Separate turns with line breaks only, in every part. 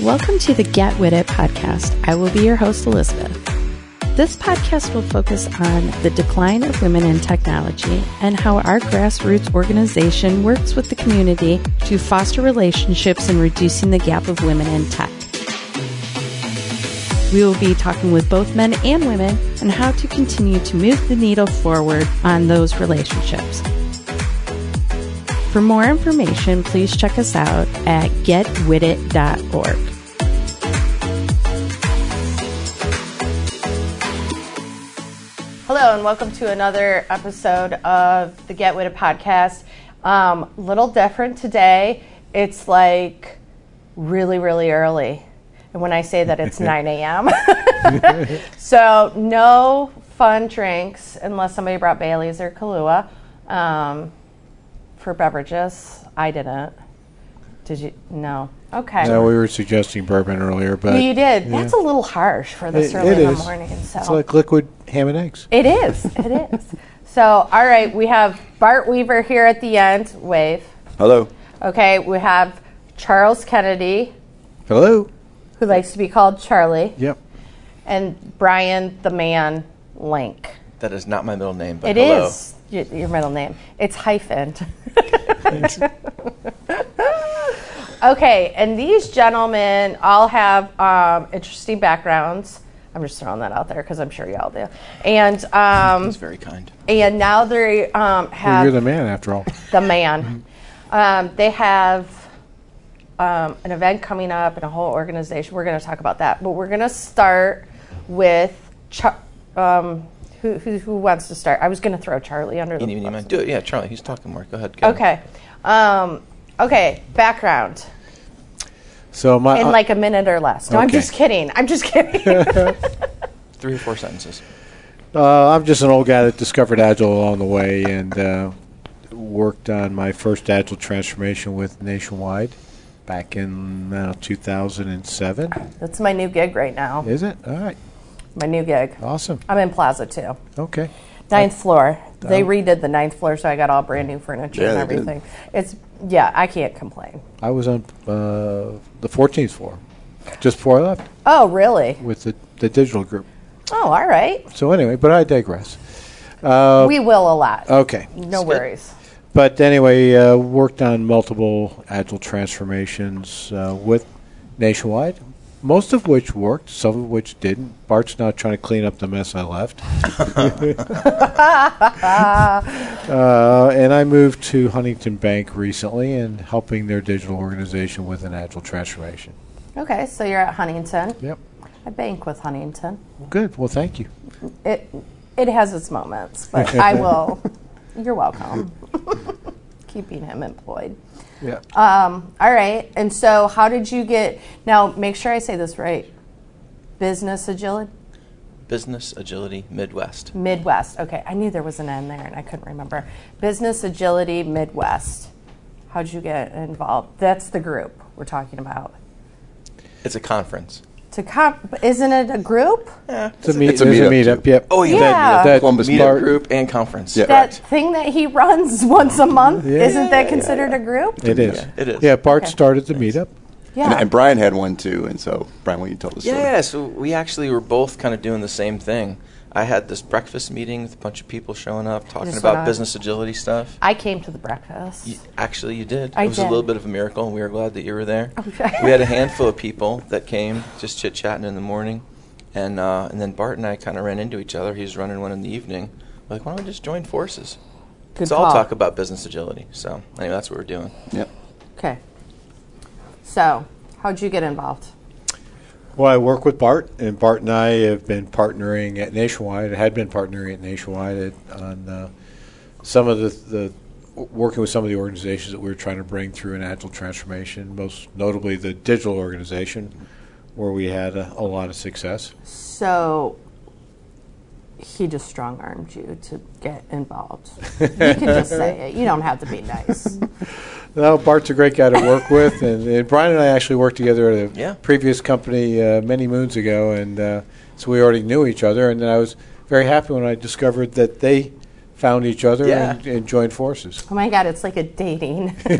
Welcome to the Get With It podcast. I will be your host, Elizabeth. This podcast will focus on the decline of women in technology and how our grassroots organization works with the community to foster relationships and reducing the gap of women in tech. We will be talking with both men and women on how to continue to move the needle forward on those relationships. For more information, please check us out at getwithit.org.
Hello, and welcome to another episode of the Get With It podcast. Um, little different today. It's like really, really early. And when I say that, it's 9 a.m. so, no fun drinks unless somebody brought Bailey's or Kahlua um, for beverages. I didn't. Did you? No. Okay.
No, we were suggesting bourbon earlier, but
you did. That's a little harsh for this
It-
early
it
in the
is.
morning. So.
it's like liquid ham and eggs.
It is. It is. So, all right, we have Bart Weaver here at the end. Wave.
Hello.
Okay, we have Charles Kennedy,
Hello.
who likes to be called Charlie,
Yep.
and Brian the Man Link.
That is not my middle name, but
It
hello.
is y your middle name. It's hyphened. okay, and these gentlemen all have um, interesting backgrounds. I'm just throwing that out there because I'm sure y'all do. And um,
That's very kind.
and now they um,
Well,
have
you're the man after all.
the man. Um, they have um, an event coming up and a whole organization. We're going to talk about that, but we're going to start with Char- um, who, who, who wants to start. I was going to throw Charlie under the
Eeny, meeny, miny.
bus.
Do it. Yeah, Charlie, he's talking more. Go ahead. Go
Okay, um, okay. Background
So my
in
uh,
like a minute or less. No, I'm
Okay.
just kidding. I'm just kidding.
Three or four sentences.
uh, I'm just an old guy that discovered agile along the way and uh, worked on my first agile transformation with Nationwide back in uh, 2007.
That's my new gig right now.
Is it? All right.
My new gig.
Oh.
Awesome.
I'm in Plaza too.
Okay.
Ninth floor. They redid the ninth floor, so I got all brand new furniture
Oh. Yeah,
and
they did.
everything. It's yeah, I can't complain.
I was on uh, the 14th floor just before I left
Oh, really?
with the, the digital group.
Oh, all right.
So anyway, but I digress.
we will a lot.
Okay.
no worries.
But anyway, uh, worked on multiple agile transformations uh, with Nationwide, most of which worked, some of which didn't. Bart's now trying to clean up the mess I left. uh, and I moved to Huntington Bank recently and helping their digital organization with an agile transformation.
Okay, so you're at Huntington.
Yep.
I bank with Huntington.
Good. Well, thank you.
It it has its moments, but I will. You're welcome. Keeping him employed.
Yeah.
Um, all right. And so, how did you get? Now, make sure I say this right. Business agility,
Business Agility Midwest.
Midwest. Okay, I knew there was an N there, and I couldn't remember. Business agility, Midwest. How'd you get involved? That's the group we're talking about.
It's a conference.
To comp, isn't it a group?
it's a, meet,
it's a
there's a
meetup,
meetup.
too.
Yep.
Oh, yeah.
Yeah.
That
Columbus
Meetup
Bart-
group and conference.
Yeah.
that
Correct.
thing that he runs once a month isn't that considered a group
It is.
Yeah, it is.
Yeah, Bart started the meetup.
yeah
And, and Brian had one too, and so Brian, will you tell the story?
Yeah, so we actually were both kind of doing the same thing. I had this breakfast meeting with a bunch of people showing up talking
This one I-
about business agility stuff.
i came to the breakfast
You- Actually, you did.
I
it was a
did.
little bit of a miracle, and we were glad that you were there. we had a handful of people that came, just chit chatting in the morning, and uh, and then Bart and I kind of ran into each other. He was running one in the evening. We're like, why don't we just join forces?
Good
So I'll
call.
talk about business agility. So anyway, that's what we're doing.
Yep.
okay so how'd you get involved
Well, I work with Bart, and Bart and I have been partnering at Nationwide. Had been partnering at Nationwide at, on uh, some of the, the working with some of the organizations that we were trying to bring through an agile transformation. Most notably, the digital organization, where we had a, a lot of success.
so he just strong armed you to get involved you can just say it you don't have to be nice
No, Bart's a great guy to work with, and, and Brian and I actually worked together at a
Yeah.
previous company uh, many moons ago, and uh, so we already knew each other. And then I was very happy when I discovered that they found each other
Yeah.
and, and joined forces.
Oh my God, it's like a dating,
really.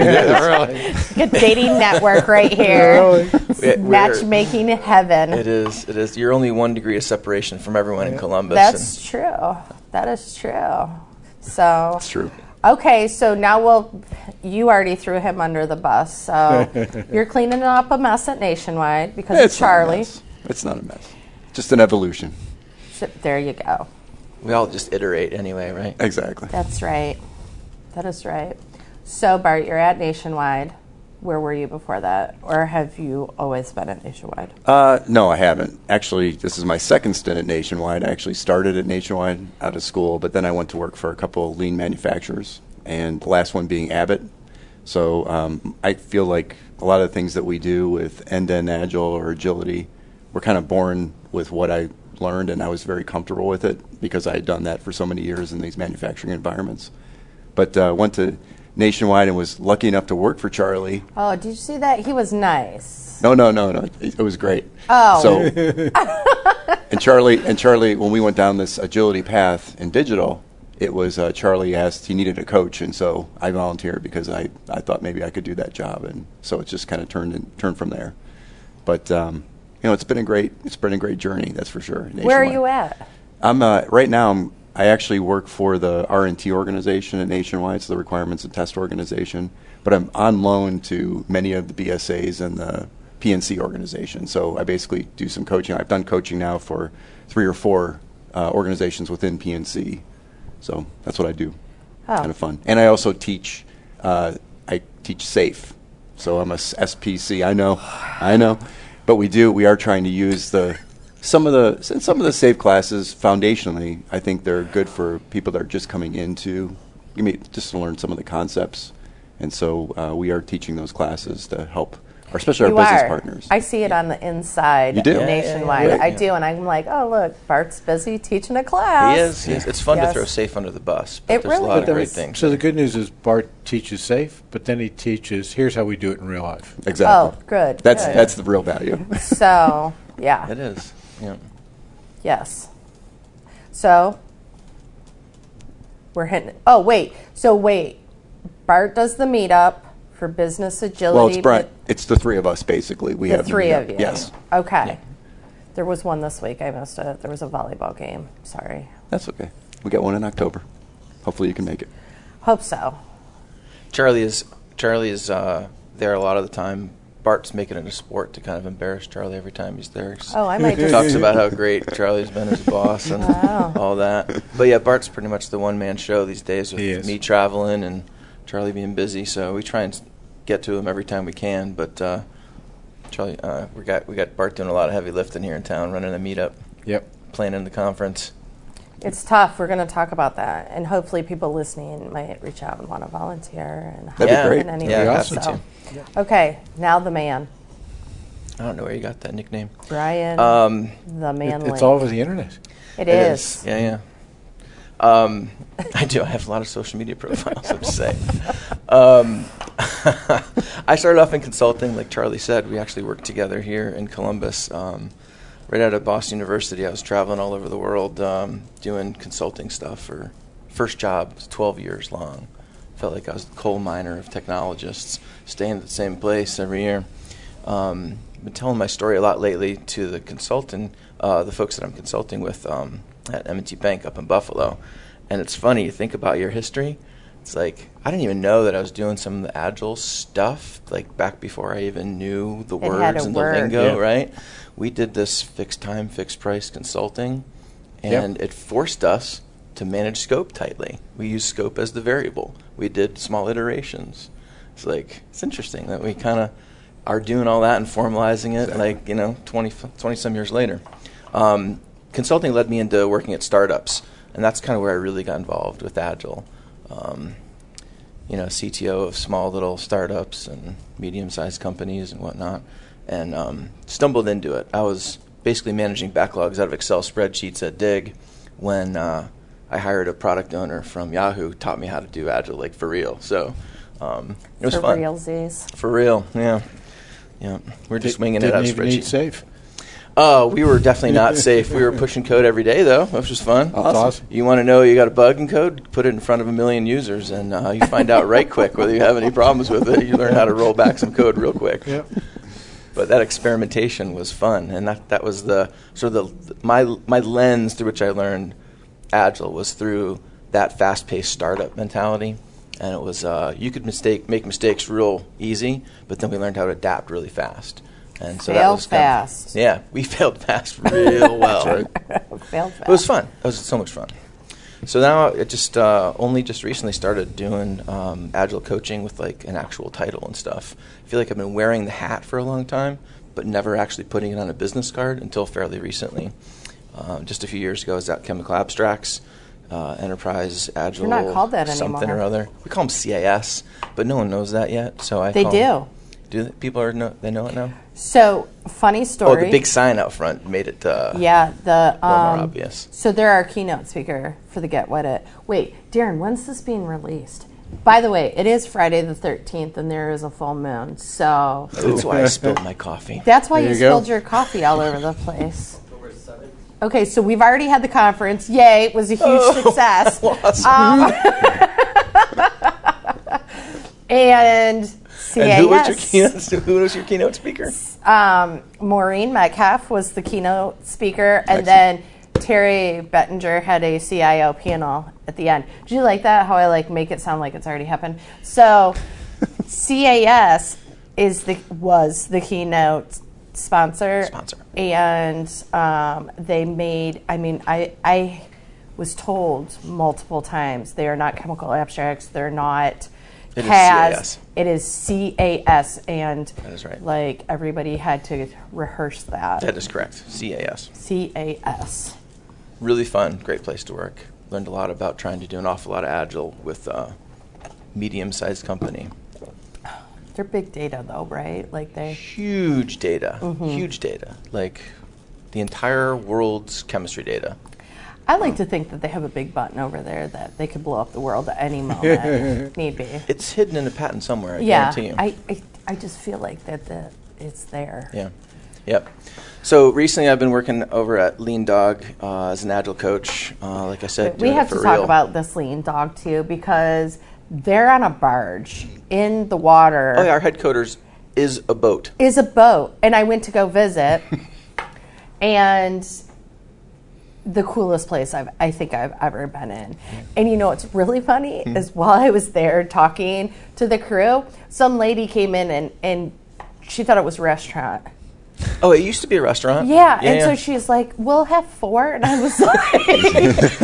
like a dating network right here.
We- we're-
Matchmaking heaven.
It is. It is. You're only one degree of separation from everyone in Columbus.
That's true. That is true. So
It's true.
okay, so now we'll. You already threw him under the bus, so you're cleaning up a mess at Nationwide because of
It's not a
Charlie.
mess. It's not a mess. Just an evolution.
So, there you go.
and we all just iterate anyway, right?
Exactly.
That's right. That is right. So Bart, you're at Nationwide. Where were you before that, or have you always been at Nationwide?
Uh, no, I haven't. Actually, this is my second stint at Nationwide. I actually started at Nationwide out of school, but then I went to work for a couple of lean manufacturers, and the last one being Abbott. So um, I feel like a lot of the things that we do with end to end agile or agility were kind of born with what I learned, and I was very comfortable with it because I had done that for so many years in these manufacturing environments. But uh, went to Nationwide and was lucky enough to work for Charlie.
Oh, did you see that? He was nice.
No, no, no, no. It, it was great.
Oh.
So, and Charlie, and Charlie, when we went down this agility path in digital, it was uh, Charlie asked he needed a coach, and so I volunteered because I, I thought maybe I could do that job, and so it just kind of turned in, turned from there. But um, you know, it's been a great it's been a great journey, that's for sure.
Where are
nationwide.
you at?
I'm uh, right now. I'm, I actually work for the R and T organization at Nationwide, so the Requirements and Test Organization. But I'm on loan to many of the BSAs and the PNC organization. So I basically do some coaching. I've done coaching now for three or four uh, organizations within PNC. So that's what I do.
Oh.
Kind of fun. And I also teach. Uh, I teach safe. So I'm a s- SPC. I know, I know, but we do. We are trying to use the some of the since some of the safe classes foundationally. I think they're good for people that are just coming into. I mean, just to learn some of the concepts, and so uh, we are teaching those classes to help, our, especially
You
our business
are.
partners.
I oh, see it on the inside
You do? Yeah,
nationwide.
yeah, yeah.
I do, and I'm like, oh look, Bart's busy teaching a class.
He is. Yes. It's fun
Yes.
to throw safe under the bus. But
It
there's
really
a lot
is.
of great things.
So the good news is Bart teaches safe, but then he teaches here's how we do it in real life.
exactly.
Oh, good,
That's
good.
that's the real value.
So yeah,
it is. Yeah.
yes. So we're hitting. Oh wait, so wait, Bart does the meetup for business agility.
well, it's Brent.
with
It's the three of us basically. We
The
have
three
yeah,
of you.
Yes,
Okay.
Yeah.
There was one this week. I missed it. There was a volleyball game. Sorry.
that's okay. We got one in October. Hopefully, you can make it.
Hope so.
Charlie is Charlie is uh, there a lot of the time. Bart's making it a sport to kind of embarrass Charlie every time he's there.
Oh, I might
He
just
talks about how great Charlie's been as a boss and
Wow.
all that. But yeah, Bart's pretty much the one man show these days
He is.
with me traveling and Charlie being busy. So we try and s- get to him every time we can. But uh, Charlie, uh, we got we got Bart doing a lot of heavy lifting here in town, running a meetup,
Yep.
planning the conference.
It's tough. We're going to talk about that, and hopefully, people listening might reach out and want to volunteer and help
be
yeah,
great.
in any
yeah,
way.
awesome.
So, okay, now the man,
I don't know where you got that nickname.
Brian,
Um,
the
It-
man.
it's
link.
all over the internet.
It
It
is.
is. Yeah, yeah. Um, I do. I have a lot of social media profiles. I'm just saying. Um, I started off in consulting, like Charlie said. We actually worked together here in Columbus. Um, right out of Boston University, I was traveling all over the world um, doing consulting stuff for first job, was 12 years long. Felt like I was the coal miner of technologists, staying at the same place every year. Um, been telling my story a lot lately to the consultant, uh, the folks that I'm consulting with um, at M&T Bank up in Buffalo. And it's funny, you think about your history. It's like, I didn't even know that I was doing some of the agile stuff, like back before I even knew the
It had
words
a
and the
word.
lingo,
Yeah.
right? We did this fixed time, fixed price consulting,
Yep.
and it forced us to manage scope tightly. We used scope as the variable. We did small iterations. It's like it's interesting that we kind of are doing all that and formalizing it, like you know, 20, f- 20 some years later. Um, consulting led me into working at startups, and that's kind of where I really got involved with agile. Um, you know, CTO of small little startups and medium-sized companies and whatnot, and um, stumbled into it. I was basically managing backlogs out of Excel spreadsheets at Dig when uh, I hired a product owner from Yahoo, taught me how to do Agile, like for real. So um, it was
For
fun.
realsies.
For real, yeah, yeah. We're just
Di-
winging
Didn't
it out of
even need
spreadsheets.
safe.
Uh, we were definitely not safe. We were pushing code every day, though, which was fun.
Awesome.
awesome.
You want to know you got a bug in code? Put it in front of a million users, and uh, you find out right quick whether you have any problems with it. You learn how to roll back some code real quick.
Yep.
But that experimentation was fun, and that that was the sort of the my my lens through which I learned agile was through that fast-paced startup mentality, and it was uh, you could mistake make mistakes real easy, but then we learned how to adapt really fast. And so that
Fail
was kind of-
fast.
yeah, we failed fast real well.
Failed
It was fun. It was so much fun. So now it just uh, only just recently started doing um, agile coaching with like an actual title and stuff. I feel like I've been wearing the hat for a long time, but never actually putting it on a business card until fairly recently. Uh, just a few years ago, I was at Chemical Abstracts, uh, Enterprise Agile,
called that
something
anymore.
or other. We call them CAS, but no one knows that yet. So I
They
call
do.
'em- do they, people are no, they know it now.
So funny
Oh,
story.
the big sign out front made it uh,
Yeah, the
a little
um,
more obvious.
So they're our keynote speaker for the Get Wet It. Wait, Darren, when's this being released? By the way, it is Friday the 13th, and there is a full moon. So
That's why I spilled my coffee.
that's why you,
There you go.
spilled your coffee all over the place. Okay, so we've already had the conference. Yay, it was a huge
Oh,
success. Um, And CAS.
And who was your keynote? Who was your keynote speaker?
um, Maureen Metcalf was the keynote speaker, and then Terry Bettinger had a CIO panel at the end. Did you like that? How I like make it sound like it's already happened. So, CAS is the was the keynote sponsor.
Sponsor.
and um, they made. I mean, I I was told multiple times they are not chemical abstracts. They're not.
It is CAS.
It is CAS, and
That is right.
Like everybody had to rehearse that.
That is correct. CAS.
CAS.
Really fun. Great place to work. Learned a lot about trying to do an awful lot of agile with a medium-sized company.
They're big data though, right? Like they.
Huge data.
Mm-hmm.
Huge data. Like the entire world's chemistry data.
I like to think that they have a big button over there that they could blow up the world at any moment, need be.
It's hidden in a patent somewhere. I
Yeah,
guarantee you.
I, I I just feel like that the it's there.
Yeah. Yep. So recently, I've been working over at Lean Dog uh, as an agile coach. Uh, like I said,
we
doing it
have to
for
talk
real.
about this lean dog too because they're on a barge in the water.
Oh, yeah, our head coders is a boat.
is a boat, and I went to go visit, and the coolest place I've, I think I've ever been in. And you know what's really funny is while I was there talking to the crew, some lady came in and, and she thought it was a restaurant.
Oh, it used to be a restaurant.
Yeah, and
yeah.
so she's like, "We'll have four. and I was like,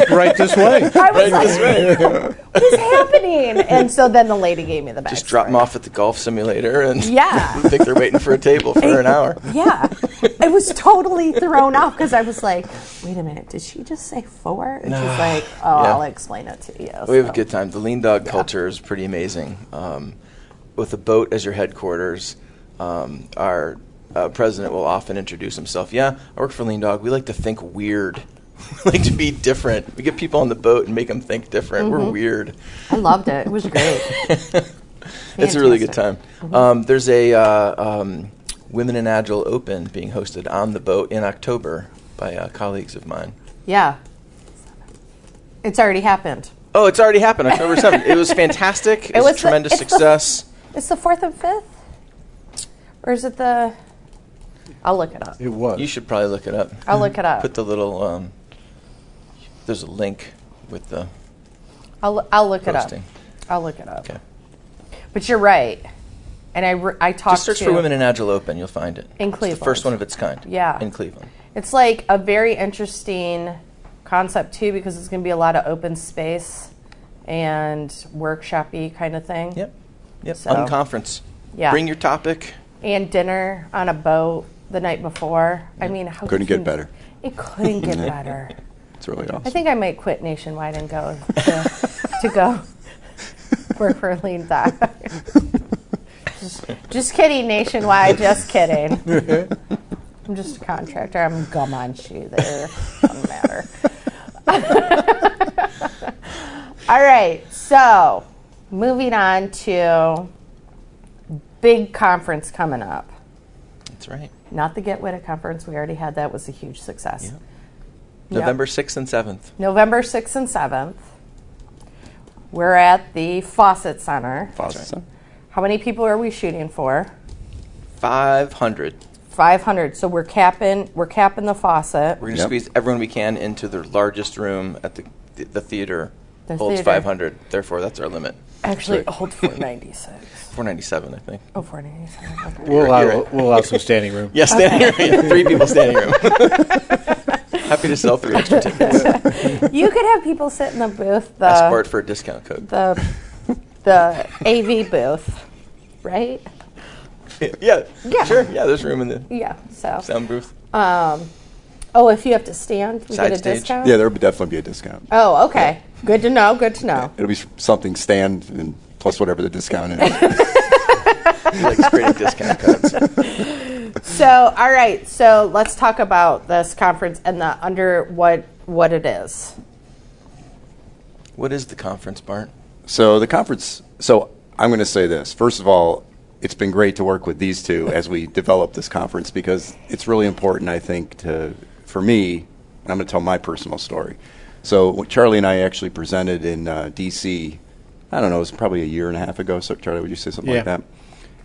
Right this way.
"I was like, what is happening?" And so then the lady gave me the back.
just drop them off at the golf simulator and
Yeah.
think they're waiting for a table for an hour.
Yeah, I was totally thrown off because I was like, "Wait a minute, did she just say four? And she's like, "Oh,
Yeah.
I'll explain it to you."
We have a
So-
good time. The lean dog culture is pretty amazing. Um, with a boat as your headquarters, um, our uh, president will often introduce himself. Yeah, I work for Lean Dog. We like to think weird. we like to be different. We get people on the boat and make them think different.
Mm-hmm.
We're weird.
I loved it. It was great.
It's a really good time.
Fantastic. Mm-hmm.
Um, there's a uh, um, Women in Agile Open being hosted on the boat in October by uh, colleagues of mine.
Yeah, it's already happened.
Oh, it's already happened, October 7th. It was fantastic. It, was,
was
a
the-
tremendous
it's the-
success.
It's the fourth and fifth, or is it the? I'll look it up.
It was.
You should probably look it up.
I'll look it up.
Put the little, um, there's a link with the,
I'll, I'll look
Posting.
it up. I'll look it up.
okay.
But you're right, and I re- I talked
Just search
to
for Women in Agile Open, you'll find it.
In
It's the first
Cleveland.
one of its kind.
Yeah.
In Cleveland.
It's like a very interesting concept too, because it's going to be a lot of open space and workshopy kind of thing.
Yep. Yep.
So-
Unconference.
Yeah.
Bring your topic.
And dinner on a boat the night before. I mean, how could
Couldn't get
you-
better.
It couldn't get better.
It's really awesome.
I think I might quit Nationwide and go to, to go work for Lean Dog. just, just kidding, Nationwide. Just kidding. I'm just a contractor. I'm gum on shoe there. Doesn't matter. All right. So, moving on to big conference coming up.
That's right.
Not the Get Witted conference. We already had that. was a huge success.
Yeah.
Yep.
November 6th and 7th.
November 6th and 7th. We're at the Fawcett Center.
Fawcett.
How many people are we shooting for?
500.
500. So we're capping we're capping the faucet.
We're going to
Yep.
squeeze everyone we can into the largest room at the, the, the theater.
The
holds
theater.
500. Therefore, that's our limit.
Actually, hold 496.
497, I think.
Oh, 496. Okay.
We'll
you're
allow,
right.
we'll allow some standing room.
Yeah, standing room. Three people standing room. Happy to sell three extra tickets.
you could have people sit in the booth, the
Ask Bart for a discount code.
the the AV booth, right?
yeah,
Yeah.
sure. Yeah, there's room in the
Yeah. So,
sound booth.
um, oh, if you have to stand, we
Side
get a
stage.
discount.
Yeah, there would definitely be a discount.
Oh, okay. Good to know. Good to know.
It'll be s- something stand and plus whatever the discount is.
He likes creating discount codes.
So, all right. So, let's talk about this conference and the under what what it is.
What is the conference, Bart?
so the conference. So I'm going to say this. First of all, it's been great to work with these two as we develop this conference because it's really important. I think to for me, and I'm going to tell my personal story. So what Charlie and I actually presented in uh, D.C. I don't know. It was probably a year and a half ago. So Charlie, would you say something like
Yeah.
that?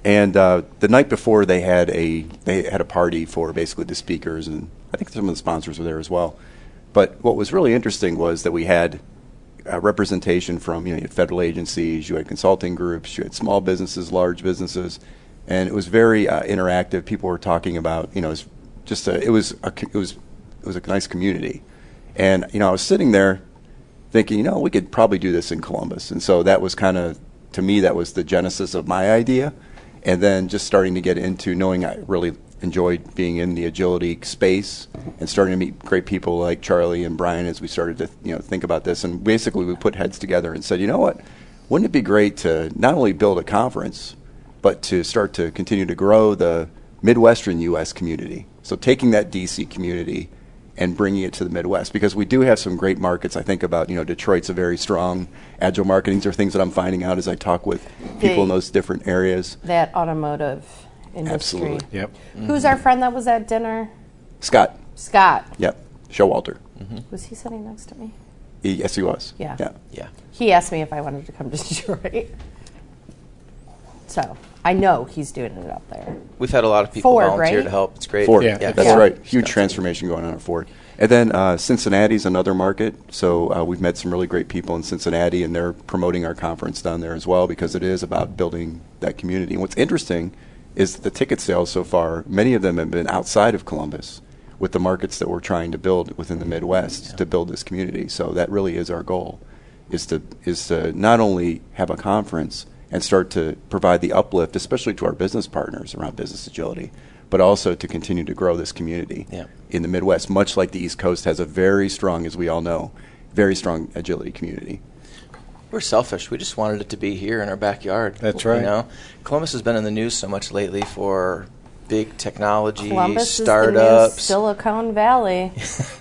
And uh, the night before, they had a they had a party for basically the speakers, and I think some of the sponsors were there as well. But what was really interesting was that we had uh, representation from you know you had federal agencies, you had consulting groups, you had small businesses, large businesses, and it was very uh, interactive. People were talking about you know it was just a, it was a, co- it was it was a nice community, and you know I was sitting there thinking, you know, we could probably do this in Columbus. And so that was kind of, to me, that was the genesis of my idea. And then just starting to get into knowing I really enjoyed being in the agility space and starting to meet great people like Charlie and Brian as we started to, you know, think about this. And basically we put heads together and said, you know what, wouldn't it be great to not only build a conference, but to start to continue to grow the Midwestern U.S. community. So taking that D.C. community and bringing it to the Midwest because we do have some great markets. I think about you know Detroit's a very strong agile marketing. These are things that I'm finding out as I talk with people in
They-
those different areas.
That automotive industry.
Absolutely.
Yep.
Who's our friend that was at dinner?
Scott,
Scott.
yep, Showalter. E
Was he sitting next to me?
He- Yes, he was.
Yeah.
yeah.
Yeah.
He asked me if I wanted to come to Detroit. So I know he's doing it up there.
We've had a lot of people
Ford,
volunteer
right?
to help. It's great.
Ford.
Yeah.
That's
Yeah.
right. Huge transformation going on at Ford. And then uh, Cincinnati's another market. So uh, we've met some really great people in Cincinnati, and they're promoting our conference down there as well because it is about building that community. And what's interesting is that the ticket sales so far, many of them have been outside of Columbus with the markets that we're trying to build within the Midwest to build this community. So that really is our goal is to is to not only have a conference and start to provide the uplift, especially to our business partners around business agility, but also to continue to grow this community
Yeah.
in the Midwest, much like the East Coast has a very strong, as we all know, very strong agility community.
We're selfish. We just wanted it to be here in our backyard.
That's
You
right.
know, Columbus has been in the news so much lately for big technology
Columbus is
startups
the new Silicon Valley.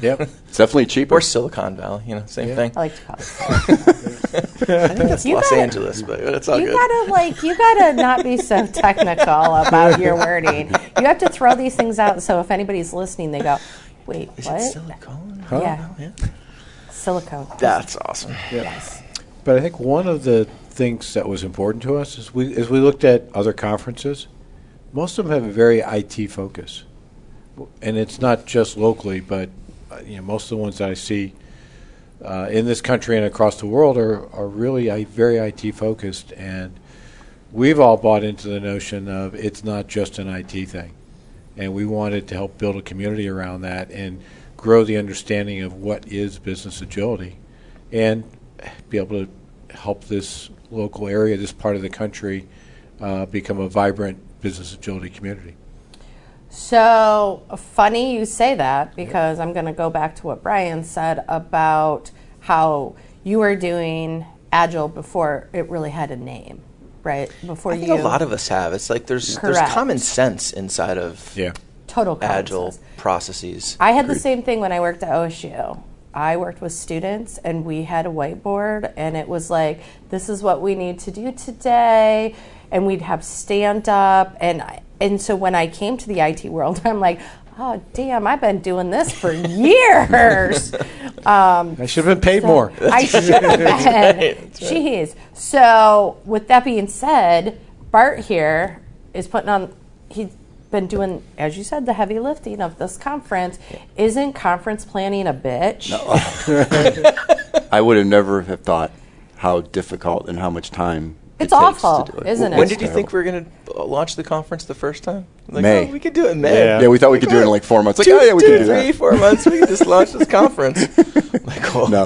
Yep.
It's definitely cheaper.
or Silicon Valley. You know, same
Yeah.
thing.
I like to call it.
I think that's
You
Los
gotta-
Angeles, but it's all
You
good.
gotta like, you gotta not be so technical about your wording. You have to throw these things out so if anybody's listening, they go, "Wait,
is
what?
it silicone?
Yeah.
Yeah.
Silicone."
That's awesome.
But I think one of the things that was important to us is we, as we looked at other conferences, most of them have a very IT focus, and it's not just locally, but uh, you know most of the ones that I see uh, in this country and across the world are are really I, very IT focused, and we've all bought into the notion of it's not just an IT thing, and we wanted to help build a community around that and grow the understanding of what is business agility, and be able to help this local area, this part of the country, uh, become a vibrant business agility community.
So funny you say that because I'm going to go back to what Brian said about how you were doing agile before it really had a name, right? Before
I think
you
a lot of us have. It's like there's
Correct.
there's common sense inside of
Yeah.
total
agile
consensus.
processes.
I had the same thing when I worked at OSU. I worked with students and we had a whiteboard and it was like, this is what we need to do today. And we'd have stand up and I- and so when I came to the IT world, I'm like, oh damn, I've been doing this for years.
I should have been paid more.
I should have been. Jeez. So, with that being said, Bart here is putting on. He's been doing, as you said, the heavy lifting of this conference. Isn't conference planning a bitch?
I would have never have thought how difficult and how much time it
It's
takes
awful,
to do it.
isn't it?
When did you
It's
think
terrible.
we were going to launch the conference the first time? Like,
May.
oh, we could do it in May.
Yeah.
Yeah, we thought we could do it in like four months. Like,
two,
oh yeah, we
two,
could do
three,
that.
four months. We could just launch this conference. Like, oh,
No.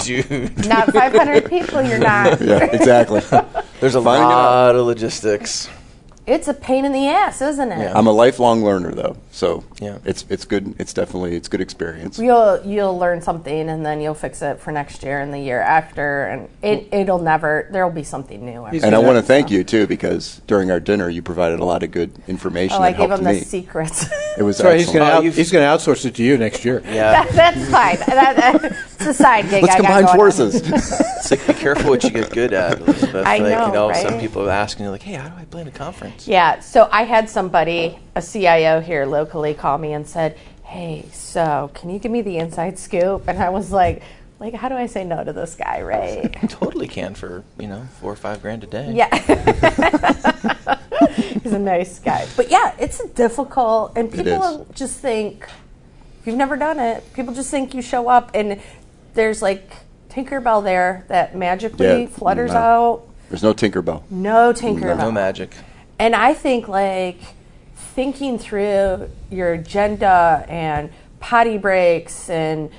dude,
Not 500 people. You're not.
Yeah, exactly.
there's a
Finding it
lot of logistics.
It's a pain in the ass, isn't it?
Yeah.
I'm a lifelong learner though, so
Yeah.
it's it's good. It's definitely it's good experience.
You'll you'll learn something and then you'll fix it for next year and the year after and it it'll never there'll be something new. Every
And I want to thank you too because during our dinner you provided a lot of good information
Oh,
that
I gave
helped
him
me.
the secrets.
it was
That's right, he's
excellent.
going
Oh,
out,
you've-
he's going to outsource it to you next year.
Yeah,
That's fine. That, that's a side gig.
Let's
I got
combine
going on.
forces.
it's like be careful what you get good at. Elizabeth.
I
like,
know,
you know, some
right?
people are asking you, like, hey, how do I plan a conference?
Yeah. So I had somebody, a CIO here locally, call me and said, "Hey, so can you give me the inside scoop?" And I was like, "Like, how do I say no to this guy, right?"
Totally can for you know four or five grand a day.
Yeah. He's a nice guy. But yeah, it's difficult, and people just think if you've never done it, people just think you show up and there's like Tinkerbell there that magically
Yeah,
flutters
no.
out.
There's no Tinkerbell.
No Tinkerbell.
no magic.
And I think like thinking through your agenda and potty breaks and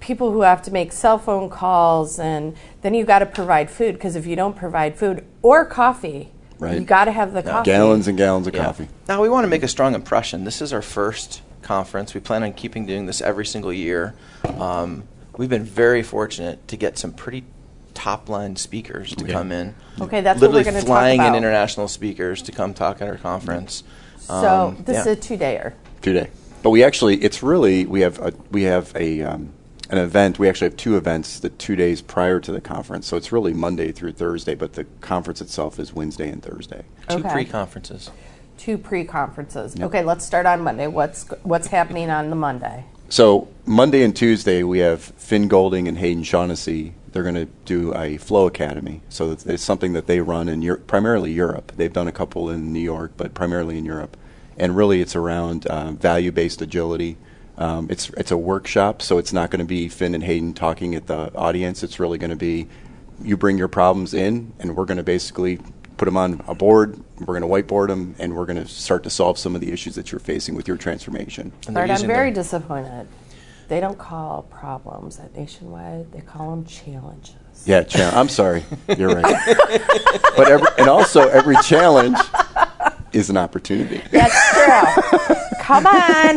people who have to make cell phone calls and then you got to provide food because if you don't provide food or coffee,
Right.
you got to have the coffee.
Gallons and gallons of
Yeah.
coffee.
Now we want to make a strong impression. This is our first conference. We plan on keeping doing this every single year. Um, we've been very fortunate to get some pretty top line speakers to come in.
Okay, that's what we're
literally
going to talk
flying
about.
in international speakers to come talk at our conference.
so
Um,
this
yeah.
is a two-dayer.
today. But we actually, it's really we have a, we have a um, an event. We actually have two events the two days prior to the conference. So it's really Monday through Thursday, but the conference itself is Wednesday and Thursday.
Two
Okay.
pre conferences.
Two pre-conferences. Okay, let's start on Monday. What's what's happening on the Monday?
So Monday and Tuesday we have Finn Golding and Hayden Shaughnessy. They're going to do a Flow Academy. So it's, it's something that they run in Europe, primarily Europe. They've done a couple in New York, but primarily in Europe. And really, it's around uh, value-based agility. Um, it's it's a workshop, so it's not going to be Finn and Hayden talking at the audience. It's really going to be you bring your problems in, and we're going to basically put them on a board. We're going to whiteboard them, and we're going to start to solve some of the issues that you're facing with your transformation.
And they're
Bart, I'm
using the-
very disappointed. They don't call problems at Nationwide. They call them challenges.
Yeah, challenge. I'm sorry. You're right. but every, and also every challenge is an opportunity.
That's true. Come on,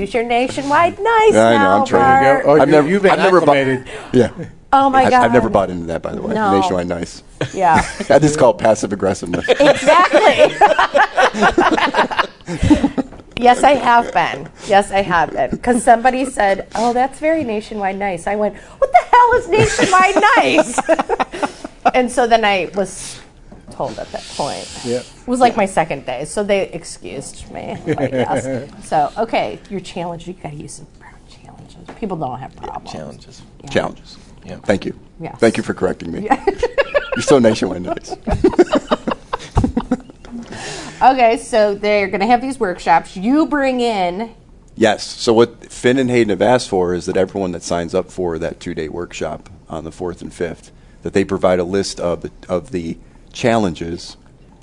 use your nationwide nice
I know,
now,
I'm trying.
Bart.
Oh,
I've
you-
never-
you've been
I've never bu-
acclimated.
Yeah.
Oh my
I've,
god!
I've never bought into that, by the way.
No.
Nationwide nice.
Yeah,
That is called passive aggressiveness.
exactly. yes, I have been. Yes, I have been. Because somebody said, "Oh, that's very nationwide nice." I went, "What the hell is nationwide nice?" and so then I was told at that point.
Yeah.
It was like my second day, so they excused me. I guess. so okay, your challenge. You got to use some brown challenges. People don't have problems.
challenges.
Challenges.
Yeah.
Thank you.
Yes.
Thank you for correcting me. You're so nationwide nice.
Okay, so they're going to have these workshops. You bring in
Yes. So what Finn and Hayden have asked for is that everyone that signs up for that two-day workshop on the fourth and fifth, that they provide a list of the, of the challenges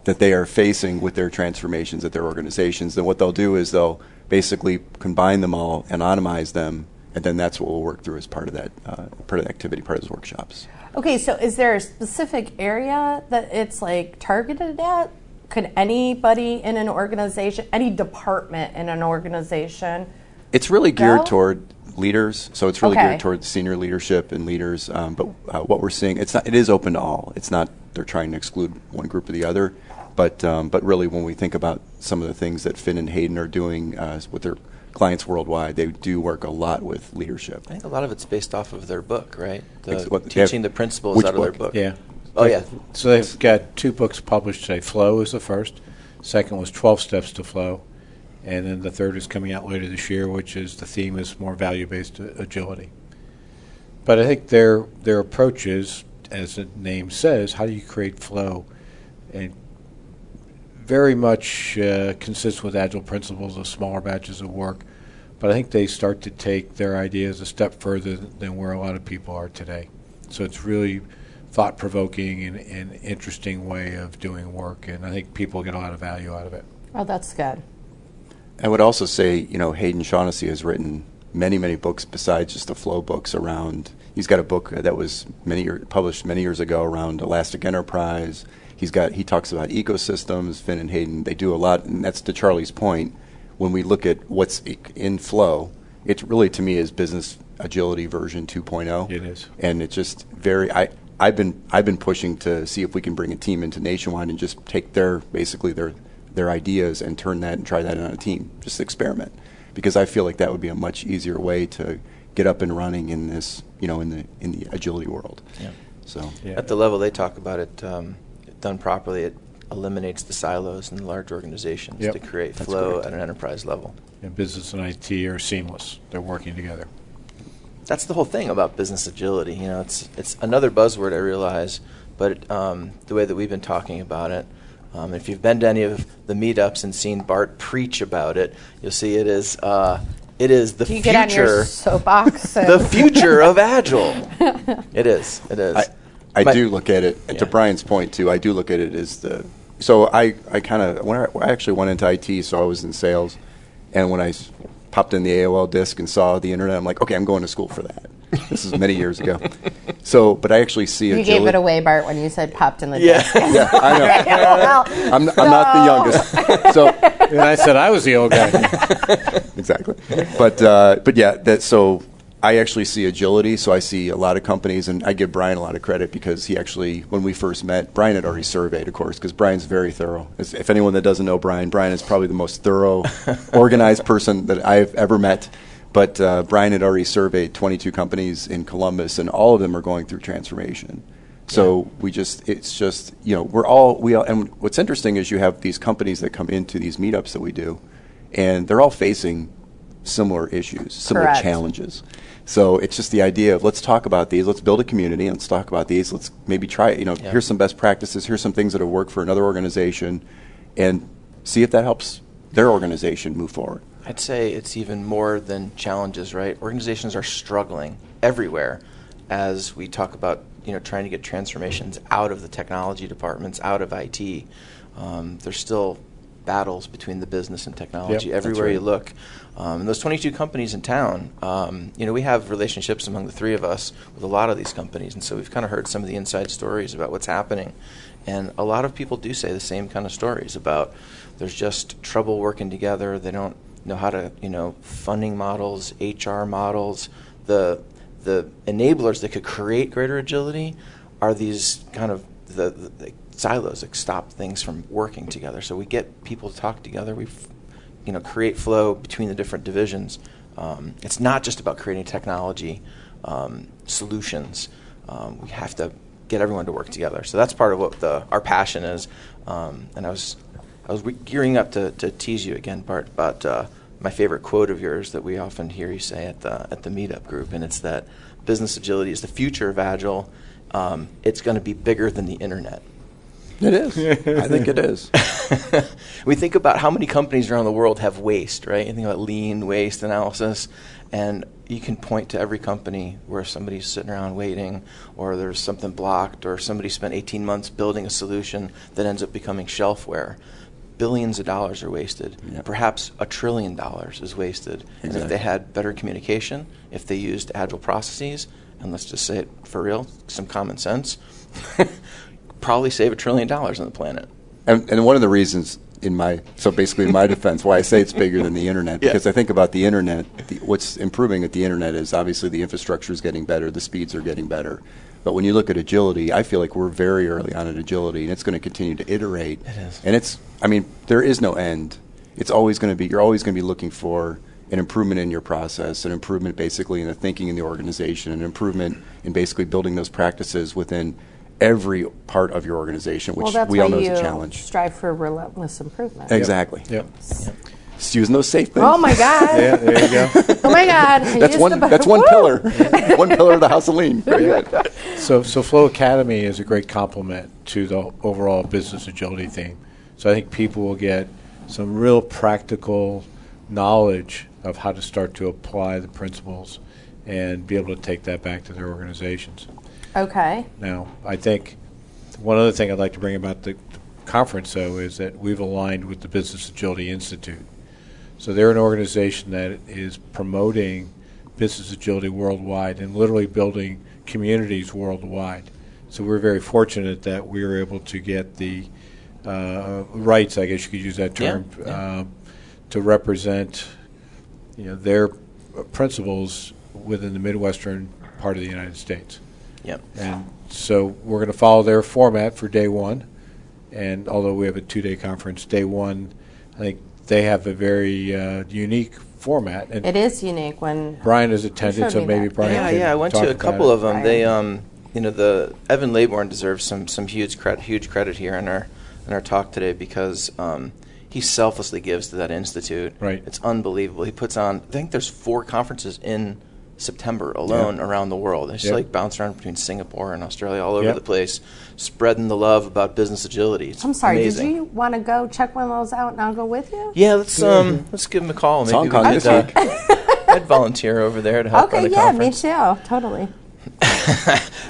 that they are facing with their transformations at their organizations. Then what they'll do is they'll basically combine them all, anonymize them, and then that's what we'll work through as part of that uh, part of the activity, part of those workshops.
Okay, so is there a specific area that it's like targeted at? Could anybody in an organization, any department in an organization?
It's really geared
Well-
toward leaders, so it's really
Okay.
geared toward senior leadership and leaders. Um, but uh, what we're seeing, it's not, it is open to all. It's not they're trying to exclude one group or the other. But um, but really, when we think about some of the things that Finn and Hayden are doing uh, with their clients worldwide, they do work a lot with leadership.
I think a lot of it's based off of their book, right? The
Ex- what- they have-
teaching the principles
which
out of their
book?
book.
Yeah.
Oh yeah.
So they've got two books published today. Flow is the first. Second was 12 Steps to Flow. And then the third is coming out later this year, which is the theme is more value based agility. But I think their their approach is, as the name says, how do you create flow, and very much uh, consistent with agile principles of smaller batches of work. But I think they start to take their ideas a step further than where a lot of people are today. So it's really thought provoking and, and interesting way of doing work, and I think people get a lot of value out of it.
Oh, that's good.
I would also say, you know, Hayden Shaughnessy has written many, many books besides just the flow books around. He's got a book that was many year, published many years ago around Elastic Enterprise. He's got he talks about ecosystems. Finn and Hayden they do a lot, and that's to Charlie's point. When we look at what's i- in flow, it really to me is business agility version oh. 2.0.
It is.
and it's just very. I I've been I've been pushing to see if we can bring a team into Nationwide and just take their basically their their ideas and turn that and try that on a team, just experiment, because I feel like that would be a much easier way to get up and running in this you know in the in the agility world.
Yeah.
So
At the level they talk about it, um, done properly, it eliminates the silos in large organizations
Yep.
to create
That's
flow
correct.
at an enterprise level.
And business and IT are seamless; they're working together.
That's the whole thing about business agility. You know, it's it's another buzzword I realize, but um, the way that we've been talking about it, um, if you've been to any of the meetups and seen Bart preach about it, you'll see it is uh, it is the
Do you
future
get on your soapbox? and-
the future of agile. It is. It is.
I, I
But-
do look at it
Yeah.
to Brian's point too. I do look at it as the so I I kind of when I, I actually went into IT, so I was in sales, and when I s- popped in the AOL disk and saw the internet, I'm like, okay, I'm going to school for that. This is many years ago. So, but I actually see
you
agility.
gave it away, Bart, when you said popped in the
Yeah.
disk.
Yeah, I know.
well,
I'm, I'm not the youngest. So
And I said I was the old guy.
exactly. But uh, but yeah, that so I actually see agility. So I see a lot of companies, and I give Brian a lot of credit because he actually, when we first met, Brian had already surveyed, of course, because Brian's very thorough. As, if anyone that doesn't know Brian, Brian is probably the most thorough, organized person that I've ever met. But uh, Brian had already surveyed 22 companies in Columbus, and all of them are going through transformation. So we just, it's just, you know, we're all, we all, and what's interesting is you have these companies that come into these meetups that we do, and they're all facing similar issues, similar
Correct.
challenges. So it's just the idea of let's talk about these, let's build a community, and let's talk about these, let's maybe try, you know,
Yeah.
here's some best practices, here's some things that have worked for another organization, and see if that helps their organization move forward.
I'd say it's even more than challenges, right? Organizations are struggling everywhere as we talk about, you know, trying to get transformations out of the technology departments, out of IT. Um, there's still battles between the business and technology
Yep, that's
everywhere you
right.
look. Um, and those 22 companies in town, um, you know, we have relationships among the three of us with a lot of these companies, and so we've kind of heard some of the inside stories about what's happening. And a lot of people do say the same kind of stories about there's just trouble working together. They don't know how to, you know, funding models, HR models, the the enablers that could create greater agility are these kind of the, the, the silos that stop things from working together. So we get people to talk together. We f- you know create flow between the different divisions. Um, it's not just about creating technology um, solutions. Um, we have to get everyone to work together. So that's part of what the our passion is. Um, and I was I was re- gearing up to, to tease you again, Bart, about uh, my favorite quote of yours that we often hear you say at the at the meetup group, and it's that business agility is the future of agile. Um, it's going to be bigger than the internet.
It is. I think it is.
we think about how many companies around the world have waste, right? You think about lean waste analysis, and you can point to every company where somebody's sitting around waiting, or there's something blocked, or somebody spent 18 months building a solution that ends up becoming shelfware. Billions of dollars are wasted.
Yeah.
Perhaps a trillion dollars is wasted. And if
Exactly.
they had better communication, if they used agile processes, and let's just say it for real, some common sense, probably save a trillion dollars on the planet.
And, and one of the reasons in my so basically in my defense why I say it's bigger than the internet
Yeah.
because I think about the internet. The, what's improving at the internet is obviously the infrastructure is getting better, the speeds are getting better. But when you look at agility, I feel like we're very early on at agility, and it's going to continue to iterate. It
is.
and it's I mean there is no end. It's always going to be you're always going to be looking for an improvement in your process, an improvement basically in the thinking in the organization, an improvement in basically building those practices within every part of your organization, which
well, that's
we
why
all know
you
is a challenge.
strive for relentless improvement.
Exactly.
yep.
Just using those safe things.
Oh my God.
Yeah, there you go.
Oh my God. I
That's
used
one.
the bu-
That's one
Woo!
pillar. one pillar of the house of lean. Very good.
So, so Flow Academy is a great complement to the overall business agility theme. So I think people will get some real practical knowledge of how to start to apply the principles and be able to take that back to their organizations.
Okay.
Now, I think one other thing I'd like to bring about the conference, though, is that we've aligned with the Business Agility Institute. So they're an organization that is promoting business agility worldwide and literally building communities worldwide. So we're very fortunate that we were able to get the uh, rights, I guess you could use that
Yeah,
term,
yeah.
um, to represent you know, their uh, principles within the Midwestern part of the United States.
Yep.
And so we're going to follow their format for day one. And although we have a two-day conference, day one, I think they have a very uh, unique format. And
It is unique when.
Brian has attended,
showed
so
me
maybe
that.
Brian.
Yeah,
can
yeah. I went
talk
to a
about
couple
it.
of them. They, um, you know, the Evan Laborn deserves some some huge credit, huge credit here in our in our talk today because um, he selflessly gives to that institute.
Right.
It's unbelievable. He puts on. I think there's four conferences in September alone around the world. It's just
Yep.
like bounce around between Singapore and Australia, all over
Yep.
the place, spreading the love about business agility. It's
I'm sorry.
Amazing.
Did you want to go check one of those out, and I'll go with you?
Yeah, let's um, let's give him a call. Maybe
Hong
we
Kong
could,
this
uh,
week.
I'd volunteer over there to help
okay.
run the
yeah.
conference.
Me too. Totally.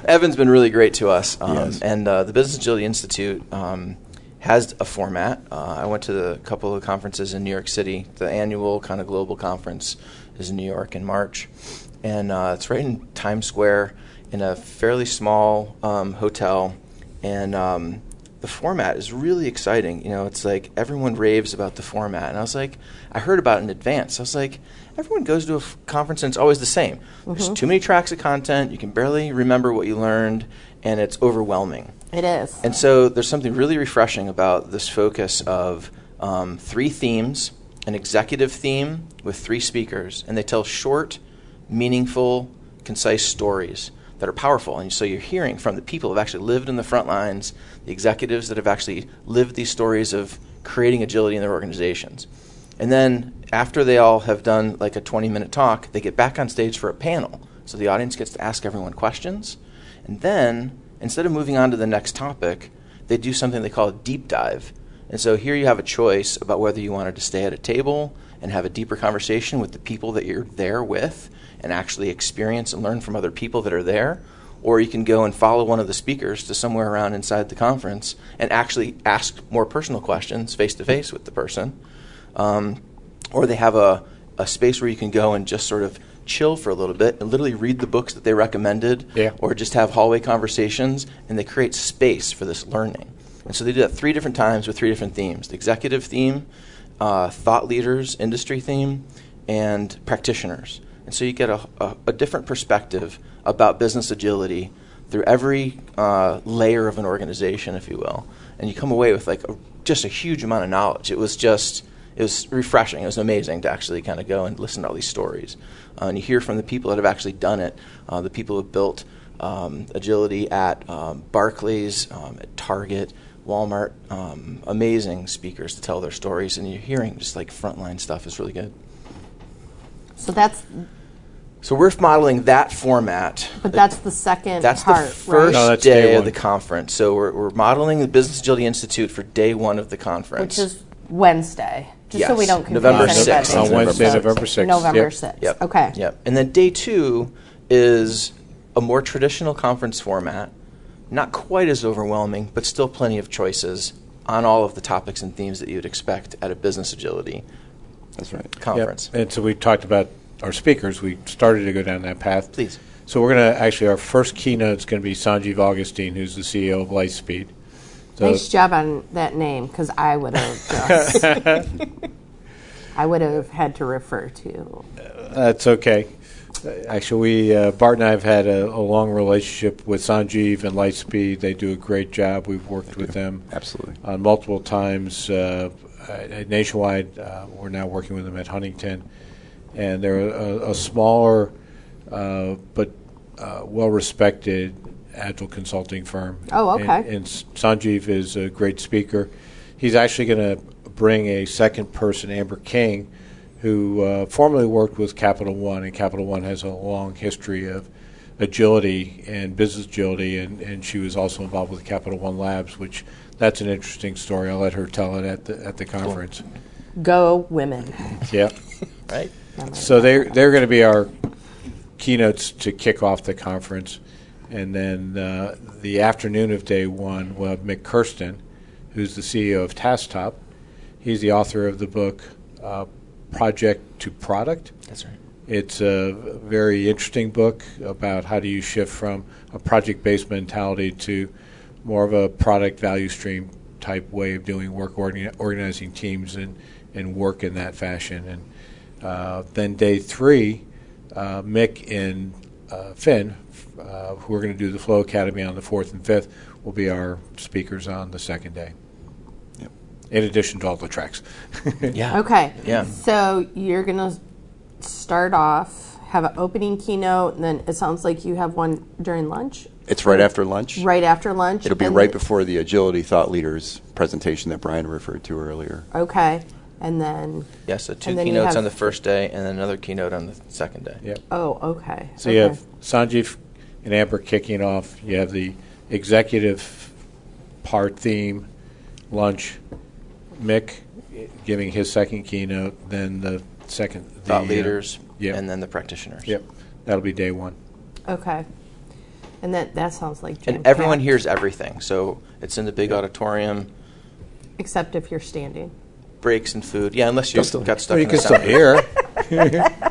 Evan's been really great to us, um,
Yes.
and uh, the Business Agility Institute um, has a format. Uh, I went to the couple of conferences in New York City. The annual kind of global conference is in New York in March, and uh, it's right in Times Square in a fairly small um, hotel, and um, the format is really exciting. You know, it's like everyone raves about the format, and I was like, I heard about it in advance. I was like, everyone goes to a f- conference and it's always the same. There's too many tracks of content. You can barely remember what you learned, and it's overwhelming.
It is.
And so there's something really refreshing about this focus of um, three themes, an executive theme with three speakers, and they tell short, meaningful, concise stories that are powerful. And so you're hearing from the people who have actually lived in the front lines, the executives that have actually lived these stories of creating agility in their organizations. And then after they all have done like a 20 minute talk, they get back on stage for a panel. So the audience gets to ask everyone questions. And then, instead of moving on to the next topic, they do something they call a deep dive. And so here you have a choice about whether you wanted to stay at a table and have a deeper conversation with the people that you're there with and actually experience and learn from other people that are there, or you can go and follow one of the speakers to somewhere around inside the conference and actually ask more personal questions face to face with the person um, or they have a, a space where you can go and just sort of chill for a little bit and literally read the books that they recommended
Yeah.
or just have hallway conversations and they create space for this learning and so they do that three different times with three different themes the executive theme uh, thought leaders industry theme and practitioners and so you get a, a, a different perspective about business agility through every uh, layer of an organization if you will and you come away with like a, just a huge amount of knowledge it was just it was refreshing. It was amazing to actually kind of go and listen to all these stories. Uh, and you hear from the people that have actually done it, uh, the people who have built um, agility at um, Barclays, um, at Target, Walmart. Um, amazing speakers to tell their stories. And you're hearing just like frontline stuff is really good.
So that's.
So we're modeling that format.
But that's the second
That's
part.
the first
No,
right?
that's
day,
day
of
one.
the conference. So we're, we're modeling the Business Agility Institute for day one of the conference.
Which is Wednesday. Just so we
Yes.
don't confuse
November
anybody.
6th.
On Wednesday, November 6th.
November
Yep.
6th.
Yep.
Okay.
Yep. And then day two is a more traditional conference format, not quite as overwhelming, but still plenty of choices on all of the topics and themes that you'd expect at a business agility
That's right.
Yep.
conference.
And so we talked about our speakers. We started to go down that path.
Please.
So we're going to actually our first keynote is going to be Sanjeev Augustine, who's the CEO of Lightspeed. So
Nice job on that name, because I would have just. I would have had to refer to.
That's okay. Uh, Actually, we uh, Bart and I have had a, a long relationship with Sanjeev and Lightspeed. They do a great job. We've worked with them
Absolutely.
on multiple times uh, at- at nationwide. Uh, we're now working with them at Huntington, and they're a, a smaller uh, but uh, well-respected agile consulting firm.
Oh, okay.
And, and S- Sanjeev is a great speaker. He's actually going to bring a second person, Amber King, who uh, formerly worked with Capital One, and Capital One has a long history of agility and business agility, and, and she was also involved with Capital One Labs, which that's an interesting story. I'll let her tell it at the at the conference.
Go women.
Yeah.
right?
So they're they're going to be our keynotes to kick off the conference, and then uh, the afternoon of day one, we'll have Mick Kirsten, who's the CEO of TaskTop. He's the author of the book uh, Project to Product.
That's right.
It's a very interesting book about how do you shift from a project based mentality to more of a product value stream type way of doing work, organi- organizing teams and, and work in that fashion. And uh, then day three, uh, Mick and uh, Finn, uh, who are going to do the Flow Academy on the fourth and fifth, will be our speakers on the second day.
Yep.
In addition to all the tracks.
Yeah.
Okay.
Yeah.
So you're gonna start off, have an opening keynote, and then it sounds like you have one during lunch,
It's right after lunch.
right after lunch.
It'll be
and-
right before the agility thought leaders presentation that Brian referred to earlier.
Okay. And then
Yeah, so two
And then you
keynotes
have-
on the first day and then another keynote on the second day.
Yep.
oh okay.
So
okay.
you have Sanjeev and Amber kicking off. You have the executive part theme lunch. Mick giving his second keynote, then the second the,
Thought
uh,
leaders
yeah.
and then the practitioners.
Yep, that'll be day one.
Okay. And that that sounds like
And
jam-packed,
everyone hears everything. So it's in the big auditorium,
except if you're standing.
breaks and food. Yeah, unless you got stuck
Well, you
in the
can still
sound-
hear.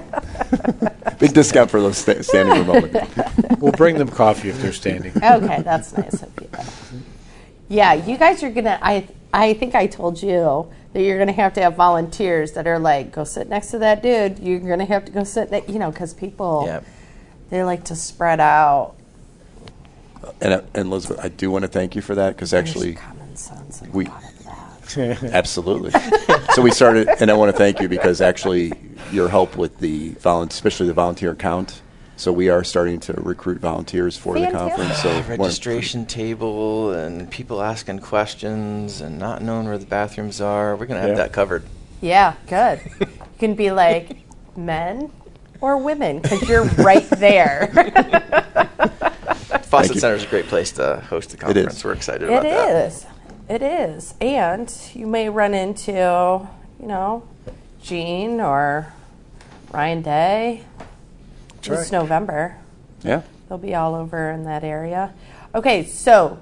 Big discount for those sta- standing room only.
we'll bring them coffee if they're standing.
Okay, that's nice of you. Yeah, you guys are gonna. I I think I told you that you're gonna have to have volunteers that are like, go sit next to that dude. You're gonna have to go sit, ne-, you know, because people
Yep.
they like to spread out.
And, uh, and Elizabeth, I do want to thank you for that because
There's
actually,
common sense. in a
we-
lot of that.
absolutely. so we started, and I want to thank you because actually, your help with the volunteer, especially the volunteer count. So we are starting to recruit volunteers for
Fantastic.
the conference. So one-
registration table and people asking questions and not knowing where the bathrooms are. We're going to have
Yeah.
that covered.
Yeah, good. You can be like men or women because you're right there.
Fawcett
you.
Center is a great place to host the conference. We're excited
It
about that.
is. It is. And you may run into, you know, Gene or Ryan Day.
right.
It's November.
yeah.
They'll be all over in that area. Okay, so